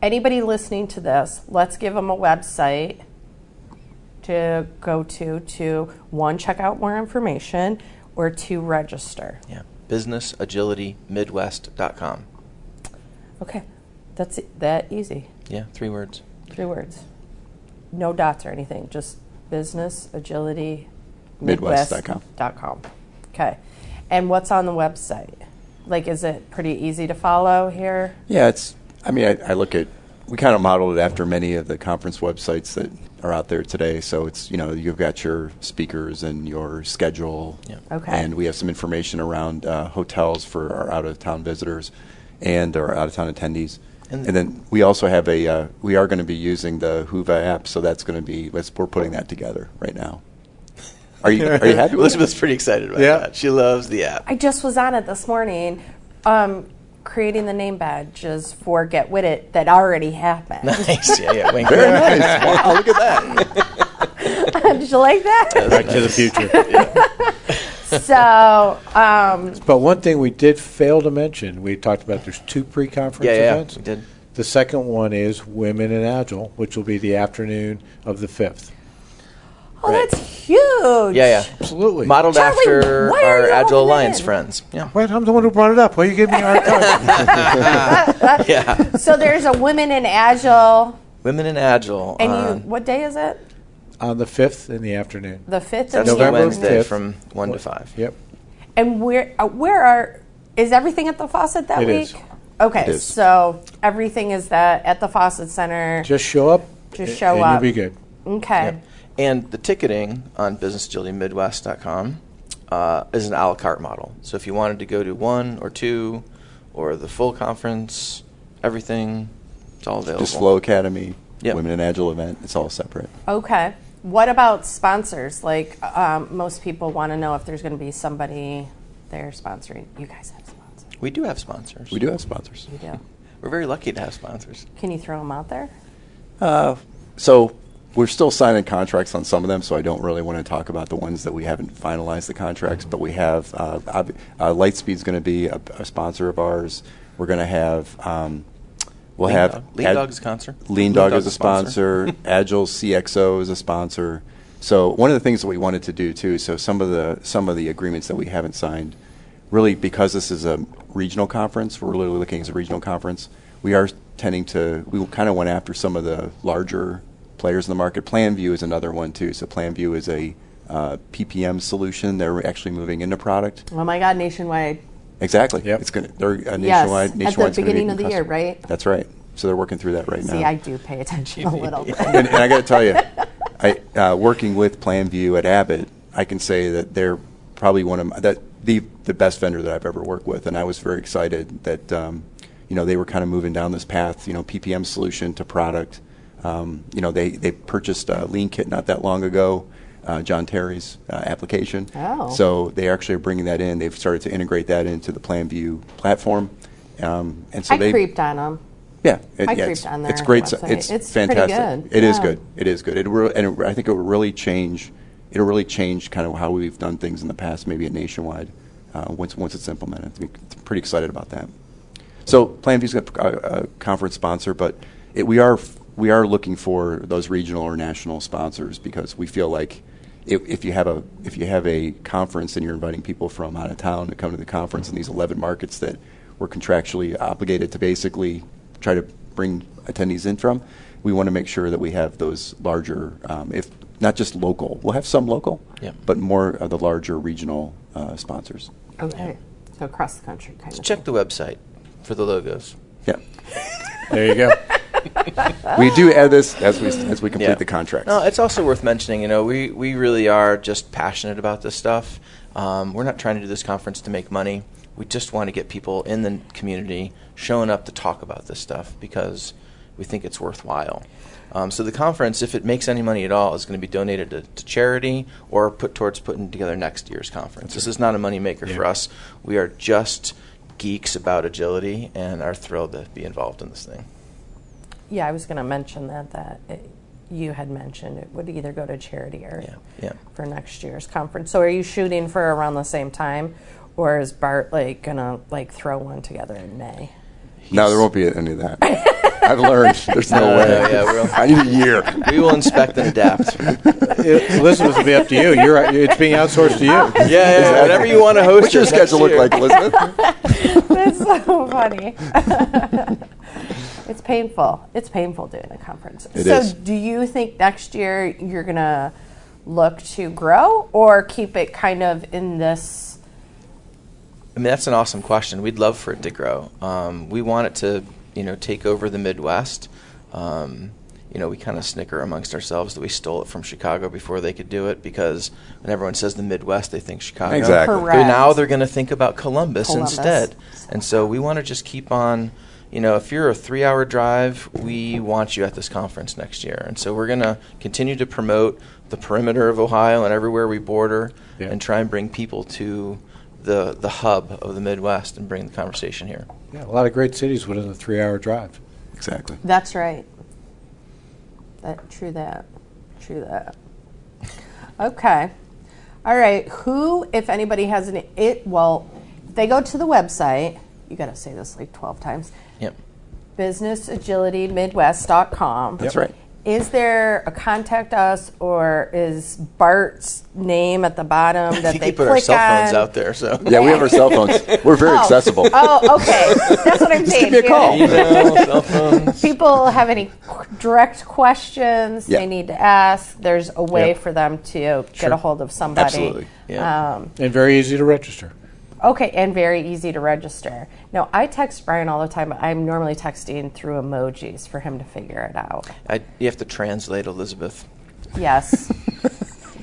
anybody listening to this, let's give them a website to go to to one, check out more information, or two, register.
Yeah. Businessagilitymidwest.com.
Okay, that's it, that easy.
Yeah, three words.
Three words. No dots or anything, just business agility
Midwest.com.
dot com. Okay. And what's on the website? Like, is it pretty easy to follow here?
Yeah, it's. I mean, I, I look at. We kind of modeled it after many of the conference websites that are out there today. So it's you know you've got your speakers and your schedule.
Yeah.
Okay.
And we have some information around uh, hotels for our out of town visitors and our out of town attendees.
And-
And, then we also have a. Uh, we are going to be using the Whova app, so that's going to be. That's, we're putting that together right now. Are you Are you happy with it?
Elizabeth's pretty excited about
Yeah.
that. She loves the app.
I just was on it this morning, um, creating the name badges for Get With It that already happened.
Nice. Yeah, yeah. Wink.
Very nice. Wow, look at that.
Did you like that?
Back to the future.
so, um,
But one thing we did fail to mention, we talked about there's two pre-conference
Yeah, yeah,
events.
we did.
The second one is Women in Agile, which will be the afternoon of the fifth.
oh,
Right.
that's huge.
Yeah, yeah.
Absolutely.
Modeled
Charlie,
after
why are
our
you
Agile
all
Alliance
men?
friends. Yeah.
Wait, I'm the one who brought it up. Why are you giving me a hard time?
So there's a Women in Agile,
Women in Agile.
and
on-
you, what day is it?
on the fifth in the afternoon.
The 5th
that's
of
the
November
Wednesday
5th.
from 1 to 5.
Yep.
And where uh, where are is everything at the faucet that
It
week?
is.
Okay,
is.
so everything is that at the faucet center.
Just show up.
Just
a-
show
and
up.
You'll be good.
okay.
Yep. And the ticketing on businessagilitymidwest.com uh, is an a la carte model. So if you wanted to go to one or two or the full conference, everything, it's all available.
Just Flow Academy.
Yep.
Women in Agile event. It's all separate.
Okay. What about sponsors? Like um, most people want to know if there's going to be somebody there sponsoring. You guys have sponsors.
We do have sponsors.
We do have sponsors.
You do.
We're very lucky to have sponsors.
Can you throw them out there?
So we're still signing contracts on some of them, so I don't really want to talk about the ones that we haven't finalized the contracts. But we have uh, ob- uh, Lightspeed's going to be a, a sponsor of ours. We're going to have um, we'll
Lean
have
Dog. Lean Dog's a sponsor.
Lean
Lean
Dog
Dog's
is a
a sponsor.
sponsor. Agile CXO is a sponsor. So one of the things that we wanted to do too. So some of the some of the agreements that we haven't signed, really because this is a regional conference, we're really looking as a regional conference. We are tending to we kind of went after some of the larger players in the market. PlanView is another one too. So PlanView is a uh, PPM solution. They're actually moving into product.
Oh my God, nationwide.
Exactly.
Yep.
It's going to they're a
Yes,
nationwide
at the
nationwide's gonna be
beginning
a
of the year,
customer.
right?
That's right. So they're working through that right now
See, I do pay attention a little bit.
and, and I got to tell you, I uh, working with PlanView at Abbott, I can say that they're probably one of my, that the the best vendor that I've ever worked with, and I was very excited that um, you know they were kind of moving down this path, you know, PPM solution to product. Um, you know, they they purchased uh, LeanKit not that long ago. Uh, John Terry's uh, application.
Oh.
So they actually are bringing that in. They've started to integrate that into the PlanView platform, um, and so
I
they
creeped on them.
yeah, it-
I
yeah,
creeped on
It's
their
great.
website.
It's,
It's pretty
fantastic.
good.
It is
Yeah.
good. It is good. It re- and it, I think it will really change. It'll really change kind of how we've done things in the past, maybe at nationwide. Uh, once once it's implemented, I'm pretty excited about that. So PlanView's got a, a conference sponsor, but it, we are we are looking for those regional or national sponsors because we feel like if, if you have a if you have a conference and you're inviting people from out of town to come to the conference in these 11 markets that we're contractually obligated to basically try to bring attendees in from, we want to make sure that we have those larger, um, if not just local, we'll have some local,
Yep.
but more of the larger regional uh, sponsors.
Okay. So across the country, kind of.
Check the website for the logos.
Yeah.
There you go.
We do add this as we as we complete
Yeah.
the contracts.
Ah. No, it's also worth mentioning. You know, we we really are just passionate about this stuff. Um, we're not trying to do this conference to make money. We just want to get people in the community showing up to talk about this stuff because we think it's worthwhile. Um, so the conference, if it makes any money at all, is going to be donated to, to charity or put towards putting together next year's conference. This is not a moneymaker for
Yeah.
us. We are just geeks about agility and are thrilled to be involved in this thing.
Yeah, I was going to mention that that it, you had mentioned it would either go to charity or
Yeah, yeah.
for next year's conference. So are you shooting for around the same time, or is Bart like going to like throw one together in May?
No, there won't be any of that. I've learned. There's no
No,
way.
no, Uh, yeah, we'll-
I need a year.
We will inspect and adapt.
It- Elizabeth, it'll be up to you. You're right. It's being outsourced to you.
Yeah, yeah,
Exactly.
whatever you want to host.
What's your
it next
schedule look
year.
like, Elizabeth?
That's so funny. it's painful. It's painful doing a conference.
It
so,
is.
do you think next year you're going to look to grow or keep it kind of in this?
I mean, that's an awesome question. We'd love for it to grow. Um, we want it to, you know, take over the Midwest. Um, you know, we kind of snicker amongst ourselves that we stole it from Chicago before they could do it because when everyone says the Midwest, they think Chicago.
Exactly.
They're-
Correct.
now they're going to think about Columbus,
Columbus.
instead. And so we want to just keep on. You know, if you're a three-hour drive, we want you at this conference next year. And so we're going to continue to promote the perimeter of Ohio and everywhere we border,
Yeah.
and try and bring people to the the hub of the Midwest and bring the conversation here.
Yeah, a lot of great cities within a three-hour drive.
Exactly.
That's right. That true that. True that. Okay. All right. Who, if anybody has an it, well, if they go to the website. You got to say this like twelve times.
Yep.
businessagilitymidwest.com.
That's right.
Is there a contact us or is Bart's name at the bottom
I
that
think
they
we put
click
our cell phones
on?
out there, so
Yeah, we have our cell phones. We're very accessible.
Oh, okay. That's what I'm saying.
give me a
dude.
call.
email, cell phone.
People have any qu- direct questions
Yeah.
they need to ask. There's a way
Yep.
for them to get a hold of somebody.
Absolutely.
Yeah.
Um,
And very easy to register.
Okay, and very easy to register. Now, I text Brian all the time, but I'm normally texting through emojis for him to figure it out.
I, you have to translate Elizabeth.
Yes.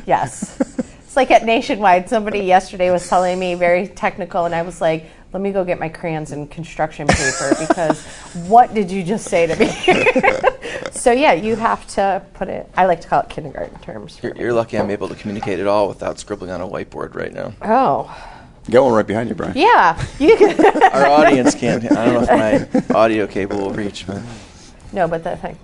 yes. It's like at Nationwide, somebody yesterday was telling me very technical, and I was like, let me go get my crayons and construction paper because what did you just say to me? So yeah, you have to put it. I like to call it kindergarten terms. for
You're,
me.
you're lucky I'm able to communicate at all without scribbling on a whiteboard right now.
Oh,
Got one right behind you, Brian.
yeah. You can.
Our audience can't. I don't know if my audio cable will reach, but
No, but that thing.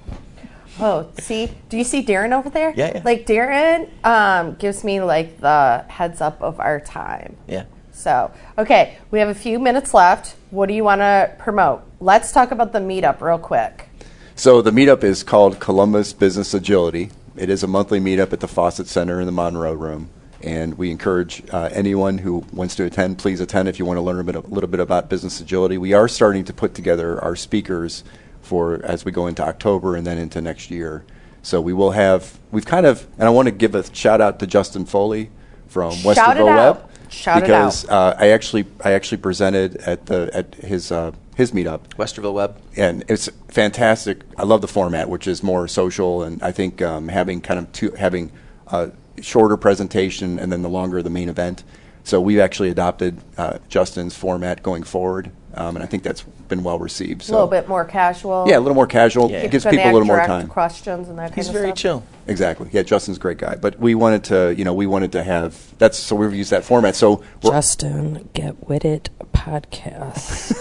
Oh, see, do you see Darren over there?
Yeah, yeah.
Like Darren um, gives me like the heads up of our time.
yeah.
So, okay, we have a few minutes left. What do you want to promote? Let's talk about the meetup real quick.
So the meetup is called Columbus Business Agility. It is a monthly meetup at the Fawcett Center in the Monroe Room, and we encourage uh, anyone who wants to attend, please attend if you want to learn a, bit, a little bit about business agility. We are starting to put together our speakers for as we go into October and then into next year. So we will have we've kind of and I want to give a shout out to Justin Foley from West
Shout
of
it out.
Web
Shout it out.
because Uh, I actually I actually presented at the at his uh, his meetup
Westerville Web.
and it's fantastic. I love the format, which is more social, and I think um, having kind of two, having a shorter presentation and then the longer the main event. So we've actually adopted uh, Justin's format going forward, um, and I think that's been well received.
A
So
little bit more casual.
yeah, a little more casual.
Yeah.
It gives
Gonna
people a little
ask
more
direct
time.
Questions and that kind
He's
of
very
stuff.
chill.
Exactly. Yeah, Justin's a great guy, but we wanted to, you know, we wanted to have that's so we've used that format. So we're
Justin, get with it podcast.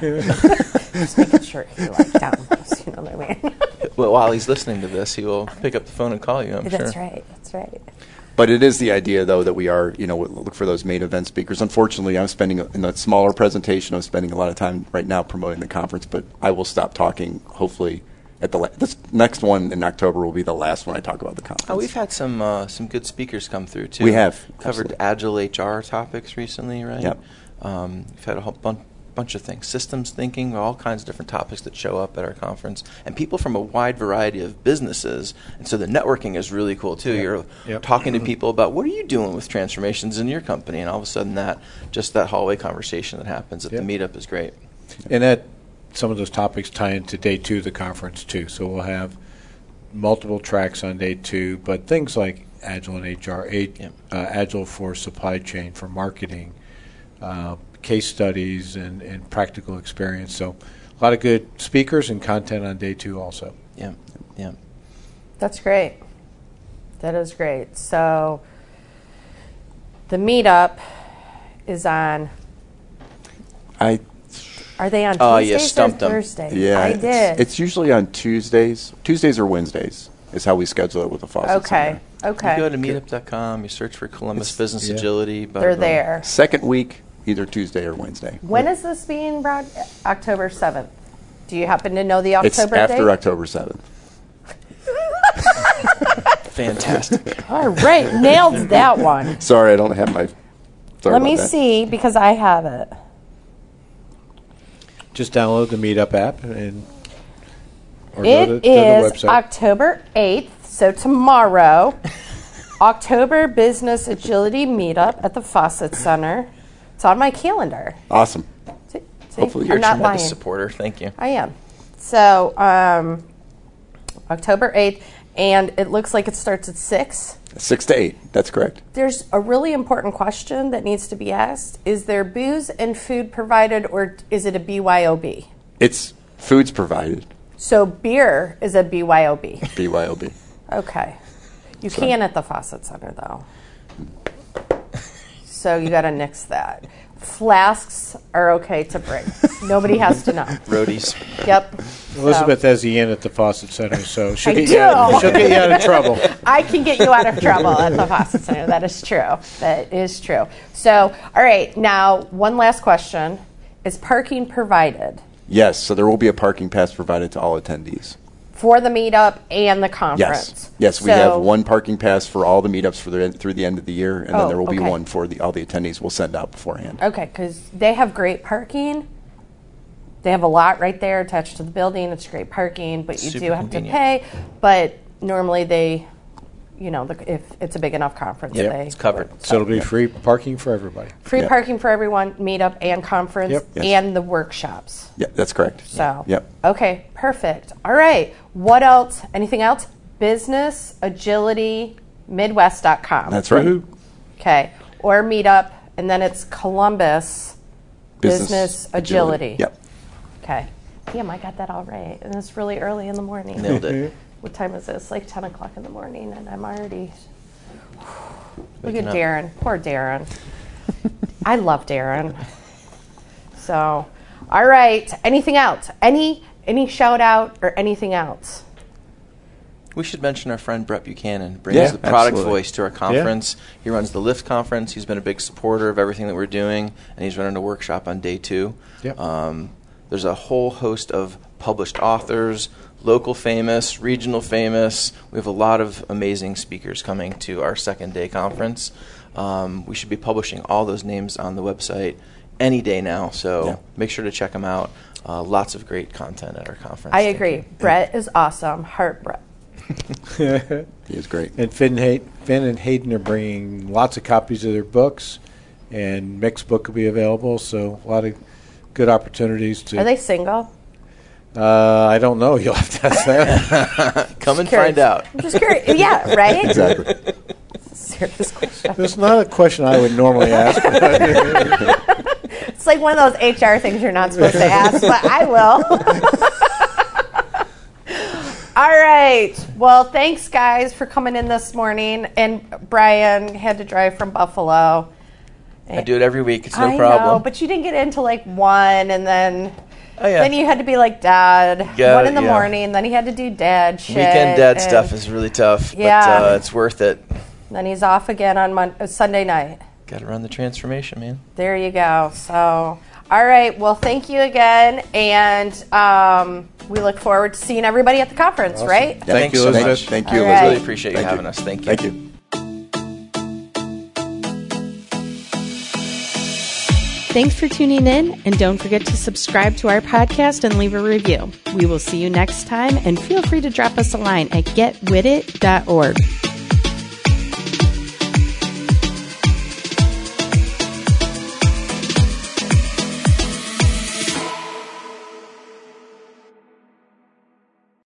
Just making sure he like downloads. You know what I mean?
Well, while he's listening to this, he will pick up the phone and call you. I'm
That's
sure.
right. That's right.
But it is the idea, though, that we are, you know, we look for those main event speakers. Unfortunately, I'm spending in that smaller presentation. I'm spending a lot of time right now promoting the conference, but I will stop talking. Hopefully, at the la- this next one in October will be the last one I talk about the conference.
Oh, we've had some uh, some good speakers come through too.
We have,
covered agile HR topics recently, right?
Yep.
Um, we've had a whole bun- bunch of things, systems thinking, all kinds of different topics that show up at our conference, and people from a wide variety of businesses. And so the networking is really cool too. You're
Yep.
talking to people about what are you doing with transformations in your company, and all of a sudden that just that hallway conversation that happens at
Yep.
the meetup is great.
And that, some of those topics tie into day two of the conference too. So we'll have multiple tracks on day two, but things like agile and HR, a,
Yep.
uh, agile for supply chain, for marketing, uh, case studies, and, and practical experience. So a lot of good speakers and content on day two also.
Yeah, yeah.
That's great. That is great. So the meetup is on.
I
Are they on
Oh, you
Tuesdays or
stumped 'em.
Thursdays?
yeah,
I
it's,
did.
It's usually on Tuesdays, Tuesdays or Wednesdays is how we schedule it with the Fawcett
okay.
Center.
Okay.
You go to meetup.com, you search for Columbus Business
yeah.
Agility. But
They're there.
Second week, either Tuesday or Wednesday.
When is this being brought? October seventh. Do you happen to know the October
it's after
date?
October seventh.
Fantastic.
All right, nailed that one.
Sorry, I don't have my.
Let
Sorry about
me
that.
see because I have it.
Just download the Meetup app and or go to,
It
go to
is
the website.
October 8th, so tomorrow, October Business Agility Meetup at the Fawcett Center. It's on my calendar.
Awesome.
See, see?
Hopefully you're
I'm
a
not
Tremendous
lying.
supporter. Thank you.
I am. So, um, October 8th, and it looks like it starts at 6.
Six to eight. That's correct.
There's a really important question that needs to be asked Is there booze and food provided, or is it a BYOB?
It's food's provided.
So, beer is a BYOB.
BYOB.
Okay. You can at the Fawcett Center, though. So you got to nix that. Flasks are okay to bring. Nobody has to know.
Roadies.
Yep.
Elizabeth has the in at the Fawcett Center, so she'll
I
get, you out,
do.
she'll get you out of trouble.
I can get you out of trouble at the Fawcett Center. That is true. That is true. So, all right. Now, one last question: Is parking provided
Yes, so there will be a parking pass provided to all attendees.
for the meetup and the conference?
Yes, yes, we
So-
have one parking pass for all the meetups for the through the end of the year, and
Oh,
then there will be
okay.
one for the all the attendees. We'll send out beforehand.
Okay, because they have great parking. They have a lot right there attached to the building. It's great parking, but you
Super
do have
convenient.
to pay. But normally they, you know, the, if it's a big enough conference,
Yep,
they
It's covered.
So it'll be free parking for everybody.
free
Yep.
parking for everyone, meetup and conference,
Yep.
Yes.
and the workshops.
Yeah, that's correct.
So
Yep.
okay, perfect. All right. What else? Anything else? Business Agility Midwest.com.
That's right.
Woohoo.
okay. Or meetup, and then it's Columbus Business Agility.
Yep.
Okay. damn, I got that all right. And it's really early in the morning.
Nailed it.
What time is this? Like 10 o'clock in the morning, and I'm already. Look
Waking
at
up.
Darren. Poor Darren. I love Darren. So, all right. Anything else? Any any shout out or anything else?
We should mention our friend Brett Buchanan brings
Yeah,
the product
absolutely.
voice to our conference. He runs the Lyft conference. He's been a big supporter of everything that we're doing, and he's running a workshop on day two.
Yep.
Um, there's a whole host of published authors, local famous, regional famous. We have a lot of amazing speakers coming to our second day conference. Um, we should be publishing all those names on the website any day now, so
Yeah.
make sure to check them out. Uh, lots of great content at our conference.
I
Thank
agree.
you.
Brett is awesome. Heart Brett.
He is great.
And Finn, and Hay- Finn and Hayden are bringing lots of copies of their books, and Mick's book will be available. So a lot of good opportunities to.
Are they single?
Uh, I don't know. You'll have to ask them.
Come and
Curious.
find out.
I'm just curious. yeah, right?
Exactly.
Serious question.
That's not a question I would normally ask.
It's like one of those HR things you're not supposed to ask, but I will. All right. Well, thanks, guys, for coming in this morning. And Brian had to drive from Buffalo.
I do it every week. It's no
I
problem.
know, but you didn't get in till like one, and then
Oh, yeah.
then you had to be like dad
Yeah,
one in the
yeah.
morning. Then he had to do dad shit.
Weekend dad
and
stuff is really tough,
Yeah.
but uh, it's worth it.
Then he's off again on Mon- uh, Sunday night.
Got to run the transformation, man.
There you go. So, all right. Well, thank you again, and um, we look forward to seeing everybody at the conference. Right?
Thank
Thanks
you,
so
Elizabeth.
much.
Thank you,
All
Elizabeth.
right.
Really appreciate you
Thank
having us. Thank you.
Thank you.
Thanks for tuning in, and don't forget to subscribe to our podcast and leave a review. We will see you next time, and feel free to drop us a line at getwithit.org.